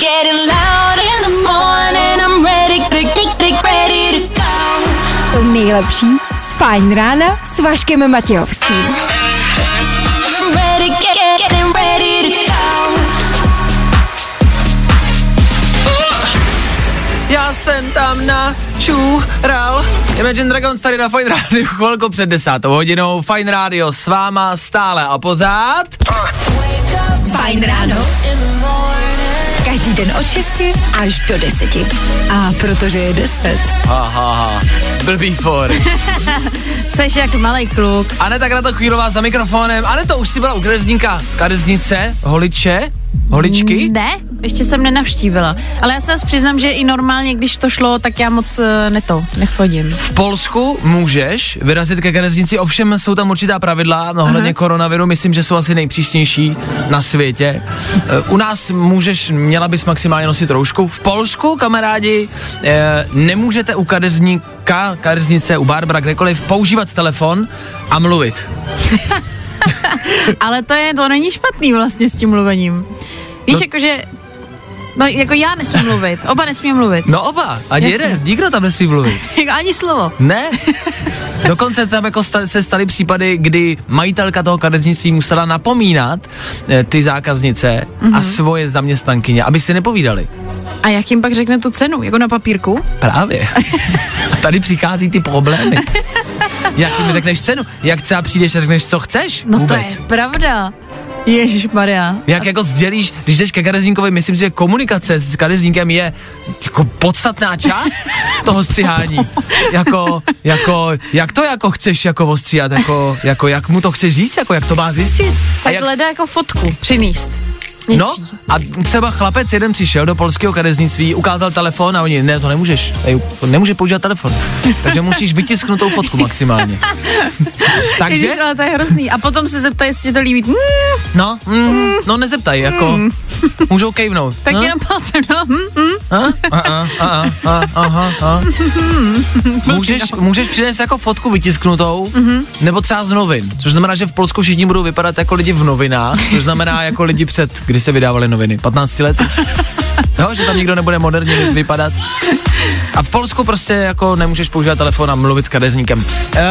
getting loud in the morning. I'm ready, ready, ready, ready to go. To nejlepší z Fajn rána s Vaškem Matějovským. I'm ready, get, get, getting ready to go. Já jsem tam na čural. Imagine Dragons tady na Fine Radio chvilku před desátou hodinou. Fine Radio s váma stále a pozád. Fajn ráno. Každý den od 6 až do 10. A protože je 10. Aha, blbý for. Seš jak malý kluk. Ane tak na to chvílová za mikrofonem. Ane to už si byla u kadeřníka. Kadeřnice, holiče, holičky. Ne, ještě jsem nenavštívila. Ale já se zase přiznám, že i normálně, když to šlo, tak já moc eh, neto, nechodím. V Polsku můžeš vyrazit ke kadeřnici, ovšem jsou tam určitá pravidla, no hledně koronaviru, myslím, že jsou asi nejpřísnější na světě. Eh, U nás můžeš, měla bys maximálně nosit roušku. V Polsku, kamarádi, eh, nemůžete u kadeřníka, kadeřnice, u Barbara, kdekoliv, používat telefon a mluvit. Ale to je, to není špatný vlastně s tím mluvením. No. Víš, no. jakože, no jako já nesmím mluvit, oba nesmí mluvit. No oba, a Jasně. jeden, nikdo tam nesmí mluvit. Jako Ani slovo. Ne. Dokonce tam jako sta- se staly případy, kdy majitelka toho kadeřnictví musela napomínat eh, ty zákaznice Mhm. mm-hmm. a svoje zaměstnankyně, aby si nepovídali. A jak jim pak řekne tu cenu? Jako na papírku? Právě. A tady přichází ty problémy. Jak jim řekneš cenu? Jak třeba přijdeš a řekneš, co chceš? No Vůbec. to je pravda. Ježíš Maria. Jak jako sdělíš, když jdeš ke kadeřníkovi, myslím si, že komunikace s kadeřníkem je jako podstatná část toho střihání. Jako, jako, jak to jako chceš jako ostříhat, jako, jako, jak mu to chceš říct, jako, jak to má zjistit. A Tak jak, hledá jako fotku přinést. Něčí. no, a třeba chlapec jeden přišel do polského kadeřnictví, ukázal telefon a oni, ne, to nemůžeš, tady nemůže používat telefon, takže musíš vytisknout tou fotku maximálně. Takže, Ježiš, ale to je hrozný. A potom se zeptá, jestli ti to líbí. Mm, no, mm, no nezeptaj, jako, můžou kejvnout. tak no? jenom palcem. No, mm, mm. A? A, a, a, a, aha, a. Můžeš, můžeš přinést jako fotku vytisknutou, nebo třeba z novin, což znamená, že v Polsku všichni budou vypadat jako lidi v novinách, což znamená jako lidi před, kdy se vydávaly noviny, 15 let. Jo, že tam nikdo nebude moderně vy- vypadat. A v Polsku prostě jako nemůžeš používat telefon a mluvit s kadeřníkem. E,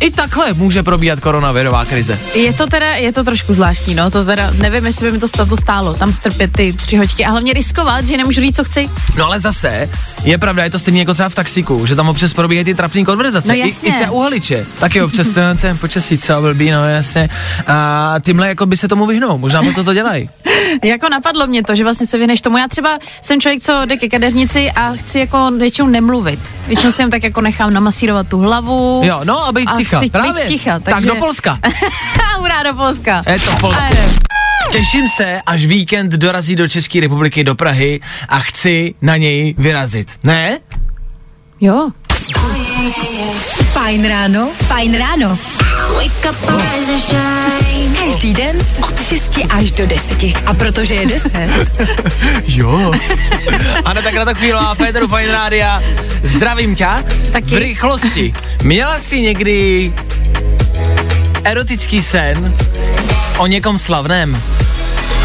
I takhle může probíhat koronavirová krize. Je to teda, je to trošku zvláštní, no, to teda, nevím, jestli by mi to stalo, stálo, tam strpět ty tři hoďky a hlavně riskovat, že nemůžu říct, co chci. No ale zase, je pravda, je to stejně jako třeba v taxiku, že tam občas probíhají ty trapné konverzace. No I, jasně. I třeba u holiče. Taky občas ten, ten počasí, co blbý, no jasně. A tímhle jako by se tomu vyhnou, možná proto to dělají. Jako napadlo mě to, že vlastně se vyhneš tomu. Já třeba jsem člověk, co jde ke kadeřnici a chci jako většinou nemluvit. Většinou si jen tak jako nechám namasírovat tu hlavu. Jo, no a být A ticha. chci být právě. ticha, Tak takže- do Polska. Hurá do Polska. Je to Polsko. Těším se, až víkend dorazí do České republiky, do Prahy a chci na něj vyrazit. Ne? Jo. Fajn ráno. Fajn ráno. Wake up, rise and shine. Každý den od 6 až do 10. A protože je 10. Jo. Ano, tak na to chvílová Féteru Fajn Rádia. Zdravím tě. Taky. V rychlosti. Měla jsi někdy erotický sen o někom slavném,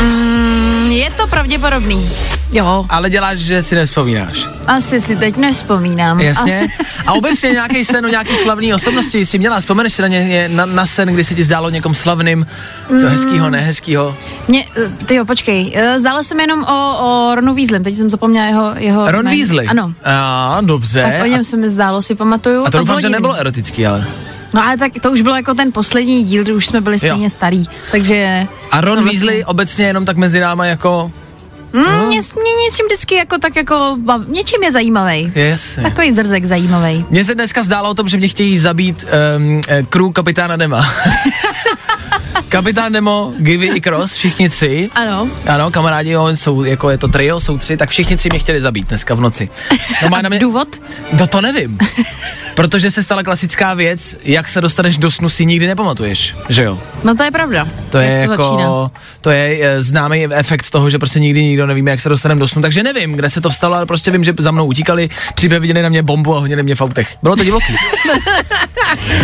Mm, Je to pravděpodobný. Jo, ale děláš, že si nevzpomínáš. asi si teď nespomínám. Jasně. A obecně nějaký sen o nějaký slavný osobnosti jsi měla. Vzpomeneš si na, ně, na, na sen, kdy se ti zdálo někom slavným, Mm. co hezkýho, nehezkýho. Mě, ty jo, počkej, eh, zdálo se mi jenom o, o Ronu Weaslem, teď jsem zapomněla jeho... jeho Ron jméno. Weasley. Ano. A, dobře. Tak o něm se mi zdálo, si pamatuju. a to doufám, bylo že divný. nebylo erotický, ale. No ale tak to už bylo jako ten poslední díl, kdy už jsme byli stejně starý, takže... A Ron No, vlastně. Weasley obecně jenom tak mezi náma jako... Mm, mě, s- mě něčím vždycky jako tak jako... bav- Něčím je zajímavý. Jasně. Takový zrzek zajímavý. Mně se dneska zdálo o tom, že mě chtějí zabít um, crew kapitána Dema. Kapitán Demo, Givy i Cross, všichni tři. Ano. Ano, kamarádi, jo, jsou, jako je to trio, jsou tři, tak všichni tři mě chtěli zabít dneska v noci. No, má na mě, Důvod? no to nevím. Protože se stala klasická věc, jak se dostaneš do snu si nikdy nepamatuješ, že jo? No to je pravda. To Jak je to jako, Začíná. to je eh, známý efekt toho, že prostě nikdy nikdo nevíme, jak se dostaneme do snu, takže nevím, kde se to vstalo, ale prostě vím, že za mnou utíkali, příběh viděli na mě bombu a honili mě v autech. Bylo to divoký.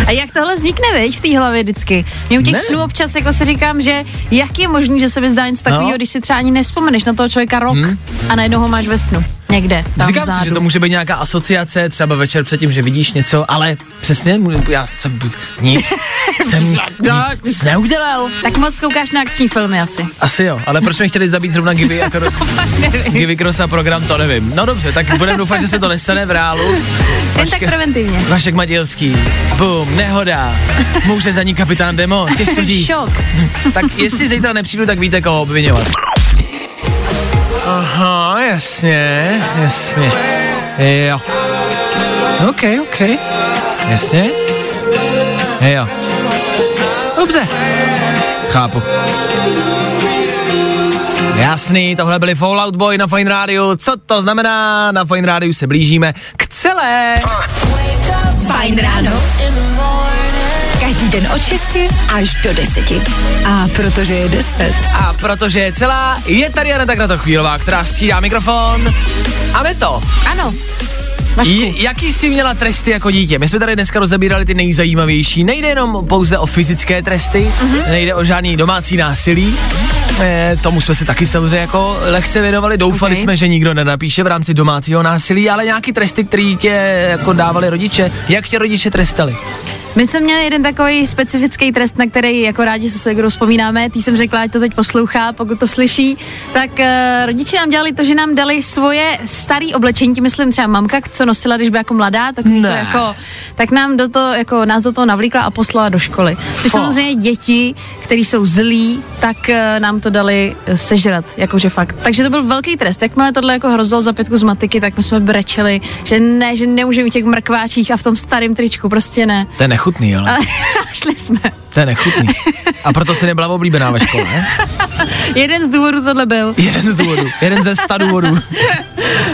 A jak tohle vznikne, viď, v té hlavě vždycky? Mě u těch Ne. snů občas jako si říkám, že jak je možný, že se mi zdá něco takového, No. když si třeba ani nevzpomeneš na toho člověka rok hmm. a najednou ho máš ve snu. Někde, tam Říkám vzadu. si, že to může být nějaká asociace, třeba večer předtím, že vidíš něco, ale přesně, mu- já jsem nic, jsem nic neudělal. Tak moc koukáš na akční filmy asi. Asi jo, ale proč mě chtěli zabít zrovna Givy a Kro- Givy Krosa program, to nevím. No dobře, tak budeme doufat, že se to nestane v reálu. Jen tak preventivně. Vašek Matějovský, bum, nehoda, může za ní kapitán Demo, těžko říct. Šok. tak jestli zítra nepřijdu, tak víte, koho obvinovat. Aha, jasně, jasně. Jo. OK, OK. Jasně. Jo. Dobře. Chápu. Jasný, tohle byli Fallout Boy na Fine Radio. Co to znamená? Na Fine Radio se blížíme k celé. Fajn ráno. Každý den od 6 až do 10. A protože je 10. A protože je celá, je tady Jana Takrata Chvílová, která střídá mikrofon. A my to. Ano. Vašku, J- jaký jsi měla tresty jako dítě? My jsme tady dneska rozebírali ty nejzajímavější. Nejde jenom pouze o fyzické tresty, mm-hmm. nejde o žádný domácí násilí. Eh, tomu jsme se taky samozřejmě jako lehce věnovali. Doufali Ok. jsme, že nikdo nenapíše v rámci domácího násilí, ale nějaký tresty, které tě jako dávali rodiče. Jak tě rodiče trestali? my jsme měli jeden takový specifický trest, na který jako rádi se segrou vzpomínáme. Tý jsem řekla, ať to teď poslouchá, pokud to slyší. Tak uh, rodiče nám dělali to, že nám dali svoje staré oblečení, tím myslím třeba mamka, co nosila, když byla jako mladá, tak to Ne. jako, tak nám do toho, jako nás do toho navlíkla a poslala do školy. Což Fo. samozřejmě děti, které jsou zlí, tak eh, nám to dali eh, sežrat, jakože fakt. Takže to byl velký trest. Jakmile tohle jako hrozilo za pětku z matiky, tak my jsme brečeli, že ne, že nemůžeme v těch mrkváčích a v tom starém tričku, prostě ne. To je nechutný, ale. A šli jsme. To je nechutný. A proto si nebyla oblíbená ve škole, ne? Jeden z důvodů tohle byl. Jeden z důvodů. Jeden ze sta důvodů.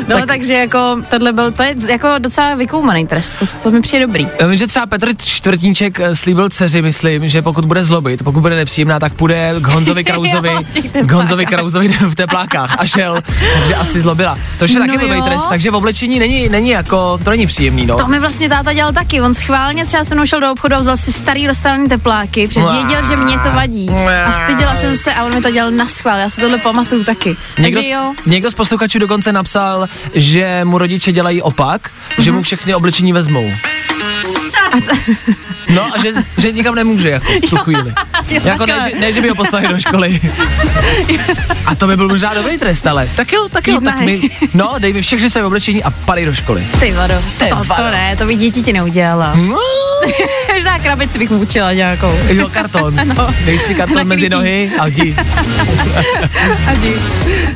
No, tak. takže jako tohle byl, to je jako docela vykoumaný trest, to, to mi přijde dobrý. Já Vím, že třeba Petr Čtvrtníček eh, slíbil dceři, myslím, že pokud bude zlobit, pokud bude nepříjemná, tak půjde k Honzovi Krauzovi, Jo, v těch k Honzovi Krauzovi v teplákách a šel, takže asi zlobila. To je taky No blbý jo. trest, takže v oblečení není, není jako, to není příjemný, no. To mi vlastně táta dělal taky. On schválně třeba se mnou šel do obchodu a vzal si starý rozstavený tepláky, protože věděl, že mě to vadí. A styděla jsem se a on mi to dělal na schvál. Já se tohle pamatuju taky. Někdo, z- Takže jo. někdo z posluchačů dokonce napsal, že mu rodiče dělají opak, mm-hmm. Mhm. že mu všechny oblečení vezmou. No a že, že nikam nemůže jako v tu chvíli. jo, jako ne, takhle. že, ne, že by ho poslali do školy. A to by byl možná dobrý trest, ale tak jo, tak jo, Jít tak nahej. mi, no dej mi všechny své oblečení a padej do školy. Ty vado, to, to vado. ne, to by děti ti neudělala. No, Každá krabici bych mu učila nějakou. jo, karton. No. Dej si karton mezi Nakrytý. nohy a jdi. A jdi.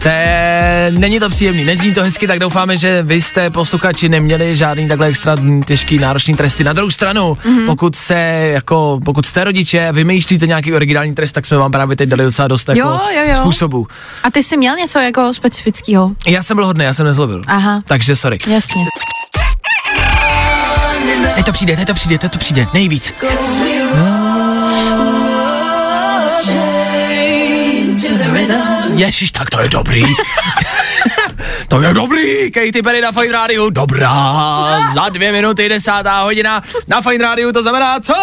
To je, není to příjemný, nezní to hezky, tak doufáme, že vy jste posluchači neměli žádný takhle extra mm, těžký náročný tresty. Na druhou stranu, Mhm. mm-hmm. pokud se jako, pokud jste rodiče, vymýšlíte nějaký originální trest, tak jsme vám právě teď dali docela dost jako jo, jo. způsobů. A ty jsi měl něco jako specifického? Já jsem byl hodný, já jsem nezlobil. Aha. Takže sorry. Jasně. Teď to přijde, teď to přijde, teď to přijde, nejvíc. Ježíš, tak to je dobrý. to je dobrý, Katy Perry na Fine Rádiu, dobrá. Za dvě minuty, desátá hodina na Fine Rádiu, to znamená co?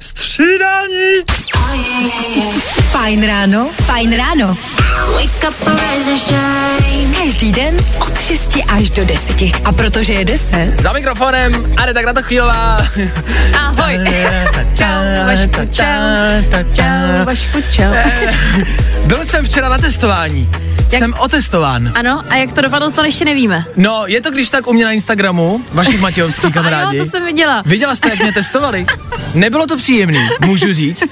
Střídání. Fajn ráno, fajn ráno. Každý den od 6 až do 10. A protože je 10, Za mikrofonem, ale tak na to chvílová. Ahoj. Čau, Vašku, čau. Eh. Čau, Vašku, čau. Byl jsem včera na testování. Jak- Jsem otestován. Ano, a jak to dopadlo, to ještě nevíme. No, je to když tak u mě na Instagramu, Vašek Matějovský, A kamarádi. jo, No, to jsem viděla. Viděla jste, jak mě testovali? Nebylo to příjemný, můžu říct.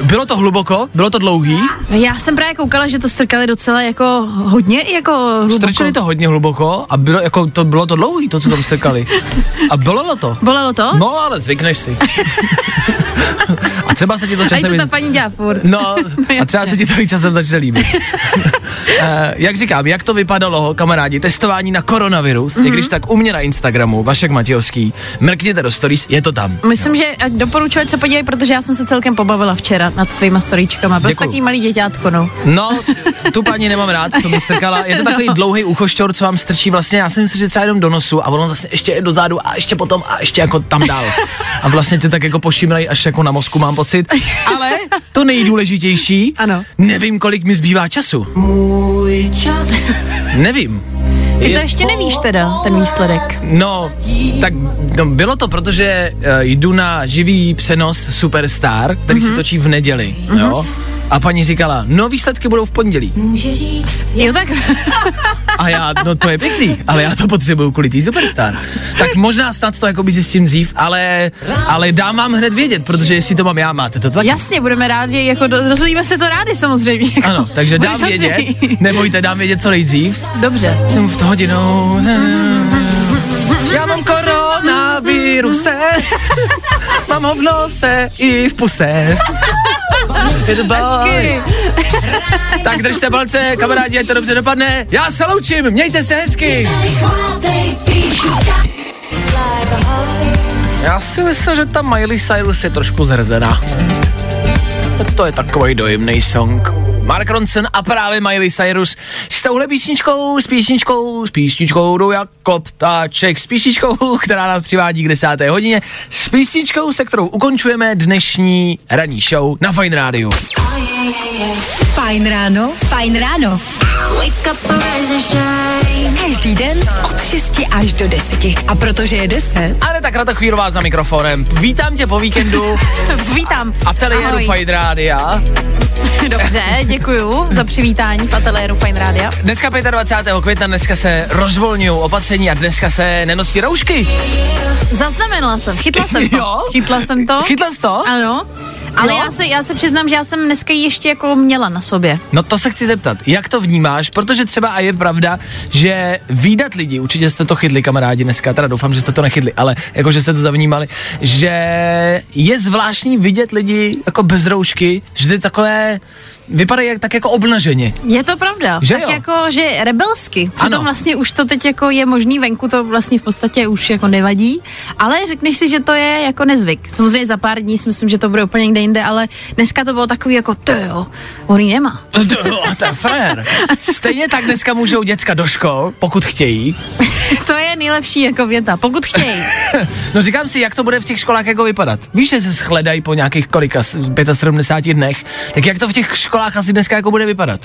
Uh, bylo to hluboko, bylo to dlouhý, No Já jsem právě koukala, že to strkali docela jako hodně, i jako hluboko. strčili to hodně hluboko a bylo, jako to, bylo to dlouhý, to, co tam strkali. A bolelo to. Bolelo to? No, ale zvykneš si. A třeba se ti to A i časem... to ta paní dělá furt. No, a třeba jasně. se ti to i časem začne líbit. Eh, jak říkám, jak to vypadalo, kamarádi, testování na koronavirus, mm-hmm. i když tak u mě na Instagramu, Vašek Matějovský, mrkněte do stories, je to tam. Myslím, že ať doporučuji, ať se podívej, protože já jsem se celkem pobavila včera nad tvýma storíčkama. Byl jsi Děkuju. takový malý děťátko, no. No, tu paní nemám rád, co mi strkala. Je to takový no. dlouhý uchošťor, co vám strčí vlastně, já jsem si že třeba jenom do nosu a ono vlastně ještě je do zádu a ještě potom a ještě jako tam dál. A vlastně tě tak jako pošimrají až jako na mozku, mám pocit. Ale to nejdůležitější, Ano. nevím, kolik mi zbývá času. Můj čas. Nevím. Ty to ještě nevíš teda, ten výsledek. No, tak no, bylo to, protože uh, jdu na živý přenos Superstar, který mm-hmm. se točí v neděli, mm-hmm. jo? A paní říkala, no výsledky budou v pondělí. Jo tak, A já, no to je pěkný, ale já to potřebuju kvůli tý superstar. Tak možná snad to jakoby zjistím dřív, ale, ale dám vám hned vědět, protože jestli to mám já, máte to tak. jasně, budeme rádi, jako do- dozvíme se to rádi samozřejmě. jako. Ano, takže dám Budeš vědět, hodnej. nebojte, dám vědět co nejdřív. Dobře. Jsem v to hodinou. Já mám koronaviruse, mám ho v nose i v puse. Je to boj. Hezky. Tak držte palce, kamarádi, ať to dobře dopadne. Já se loučím, mějte se hezky. Já si myslím, že ta Miley Cyrus je trošku zhrzená. To je takový dojemný song. Mark Ronson a právě Miley Cyrus s touhle písničkou, s písničkou, s písničkou jdou jako ptáček, s písničkou, která nás přivádí k desáté hodině, s písničkou, se kterou ukončujeme dnešní ranní show na Fine Radio. Fajn ráno, fajn ráno. Wake up and rise and shine. Každý den od 6 až do 10. A protože je 10, Ale tak Rata Chvírová za mikrofonem. Vítám tě po víkendu Vítám. ateliéru Ahoj. Fine Rádia. Dobře, děkuju za přivítání v ateliéru Fine Rádia. Dneska 25. května, dneska se rozvolňují opatření a dneska se nenosí roušky. Zaznamenala jsem, chytla jsem to. Jo? Chytla jsem to. Chytla jsi to? No. Ano. Ale Jo? já se, já se přiznám, že já jsem dneska ji ještě jako měla na sobě. No to se chci zeptat, jak to vnímáš, protože třeba a je pravda, že výdat lidi, určitě jste to chytli kamarádi dneska, teda doufám, že jste to nechytli, ale jako že jste to zavnímali, že je zvláštní vidět lidi jako bez roušky, že ty takové, vypadají jak, tak jako obnaženě. Je to pravda. Že tak jo? jako, že rebelsky. Přitom Ano. vlastně už to teď jako je možný venku, to vlastně v podstatě už jako nevadí, ale řekneš si, že to je jako nezvyk. Samozřejmě za pár dní si myslím, že to bude úplně někde jinde, ale dneska to bylo takový jako, to jo, on ji nemá. No, to je fér. Stejně tak dneska můžou děcka do škol, pokud chtějí. to je nejlepší jako věta, pokud chtějí. No říkám si, jak to bude v těch školách jako vypadat. Víš, že se shledají po nějakých kolika, s- 75 dnech, tak jak to v těch školách asi dneska jako bude vypadat?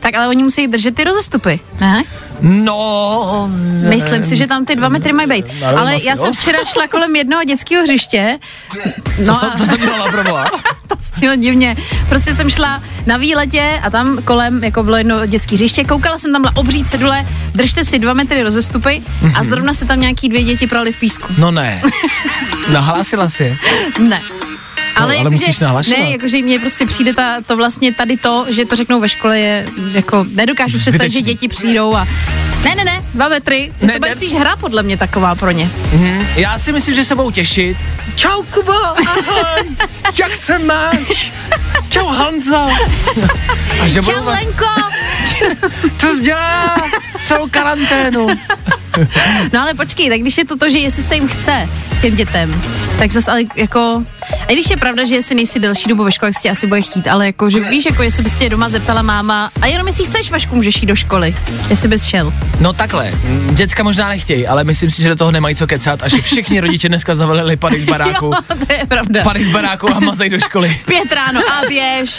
tak ale oni musí držet ty rozestupy, ne? No, Myslím si, že tam ty dva metry mají být. Narovno Ale asi, já jo. jsem včera šla kolem jednoho dětského hřiště. co No jsi tam, a- co jsi tam dělala pro boha? to stílo divně. Prostě jsem šla na výletě a tam kolem jako bylo jedno dětské hřiště. Koukala jsem tam byla obří cedule, držte si dva metry rozestupy Mhm. a zrovna se tam nějaký dvě děti prali v písku. No ne. Nahlásila si. je. Ne. ale musíš nahlašovat. ne, jakože mně prostě přijde ta, to vlastně tady to, že to řeknou ve škole je jako, nedokážu představit, že Zbytečný. děti přijdou a ne, ne, ne, dva metry, ne, Ne, to bude ne. spíš hra podle mě taková pro ně. Mhm. Já si myslím, že se budou těšit. Čau Kubo, ahoj, jak se máš? Čau Hanzo. A že budou Čau vás, Lenko! co jsi dělá celou karanténu. No ale počkej, tak když je to to, že jestli se jim chce těm dětem, tak zase ale jako, a i když je pravda, že jestli nejsi delší dobu ve škole, tak si tě asi bude chtít, ale jako, že víš, jako jestli bys tě doma zeptala máma, a jenom jestli chceš, Vašku, můžeš jít do školy, jestli bys šel. No takhle, mm, děcka možná nechtějí, ale myslím si, že do toho nemají co kecat a že všichni rodiče dneska zaveleli pady z baráku. Jo, to je pravda. Pady z baráku a mazej do školy. Pět ráno a běž,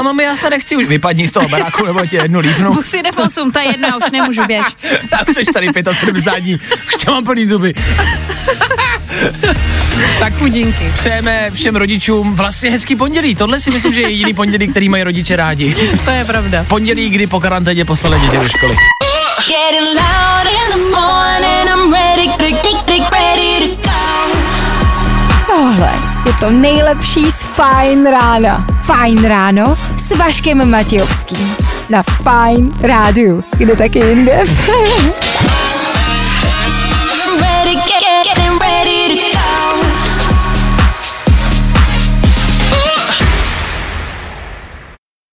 A mami, já se nechci už vypadni z toho baráku, nebo tě jednu lípnu. bus jde v osm, to je jedno, já už nemůžu běž. Já už jsi tady 75 dní, už tě mám plný zuby. tak Chudinky. přejeme všem rodičům vlastně hezký pondělí. Tohle si myslím, že je jediný pondělí, který mají rodiče rádi. To je pravda. Pondělí, kdy po karanténě poslali děti do školy. Getting loud in the morning. I'm ready, ready, ready, ready to go. tohle je to nejlepší z Fajn rána. Fajn ráno s Vaškem Matějovským. Na Fajn rádu. Kde taky jinde?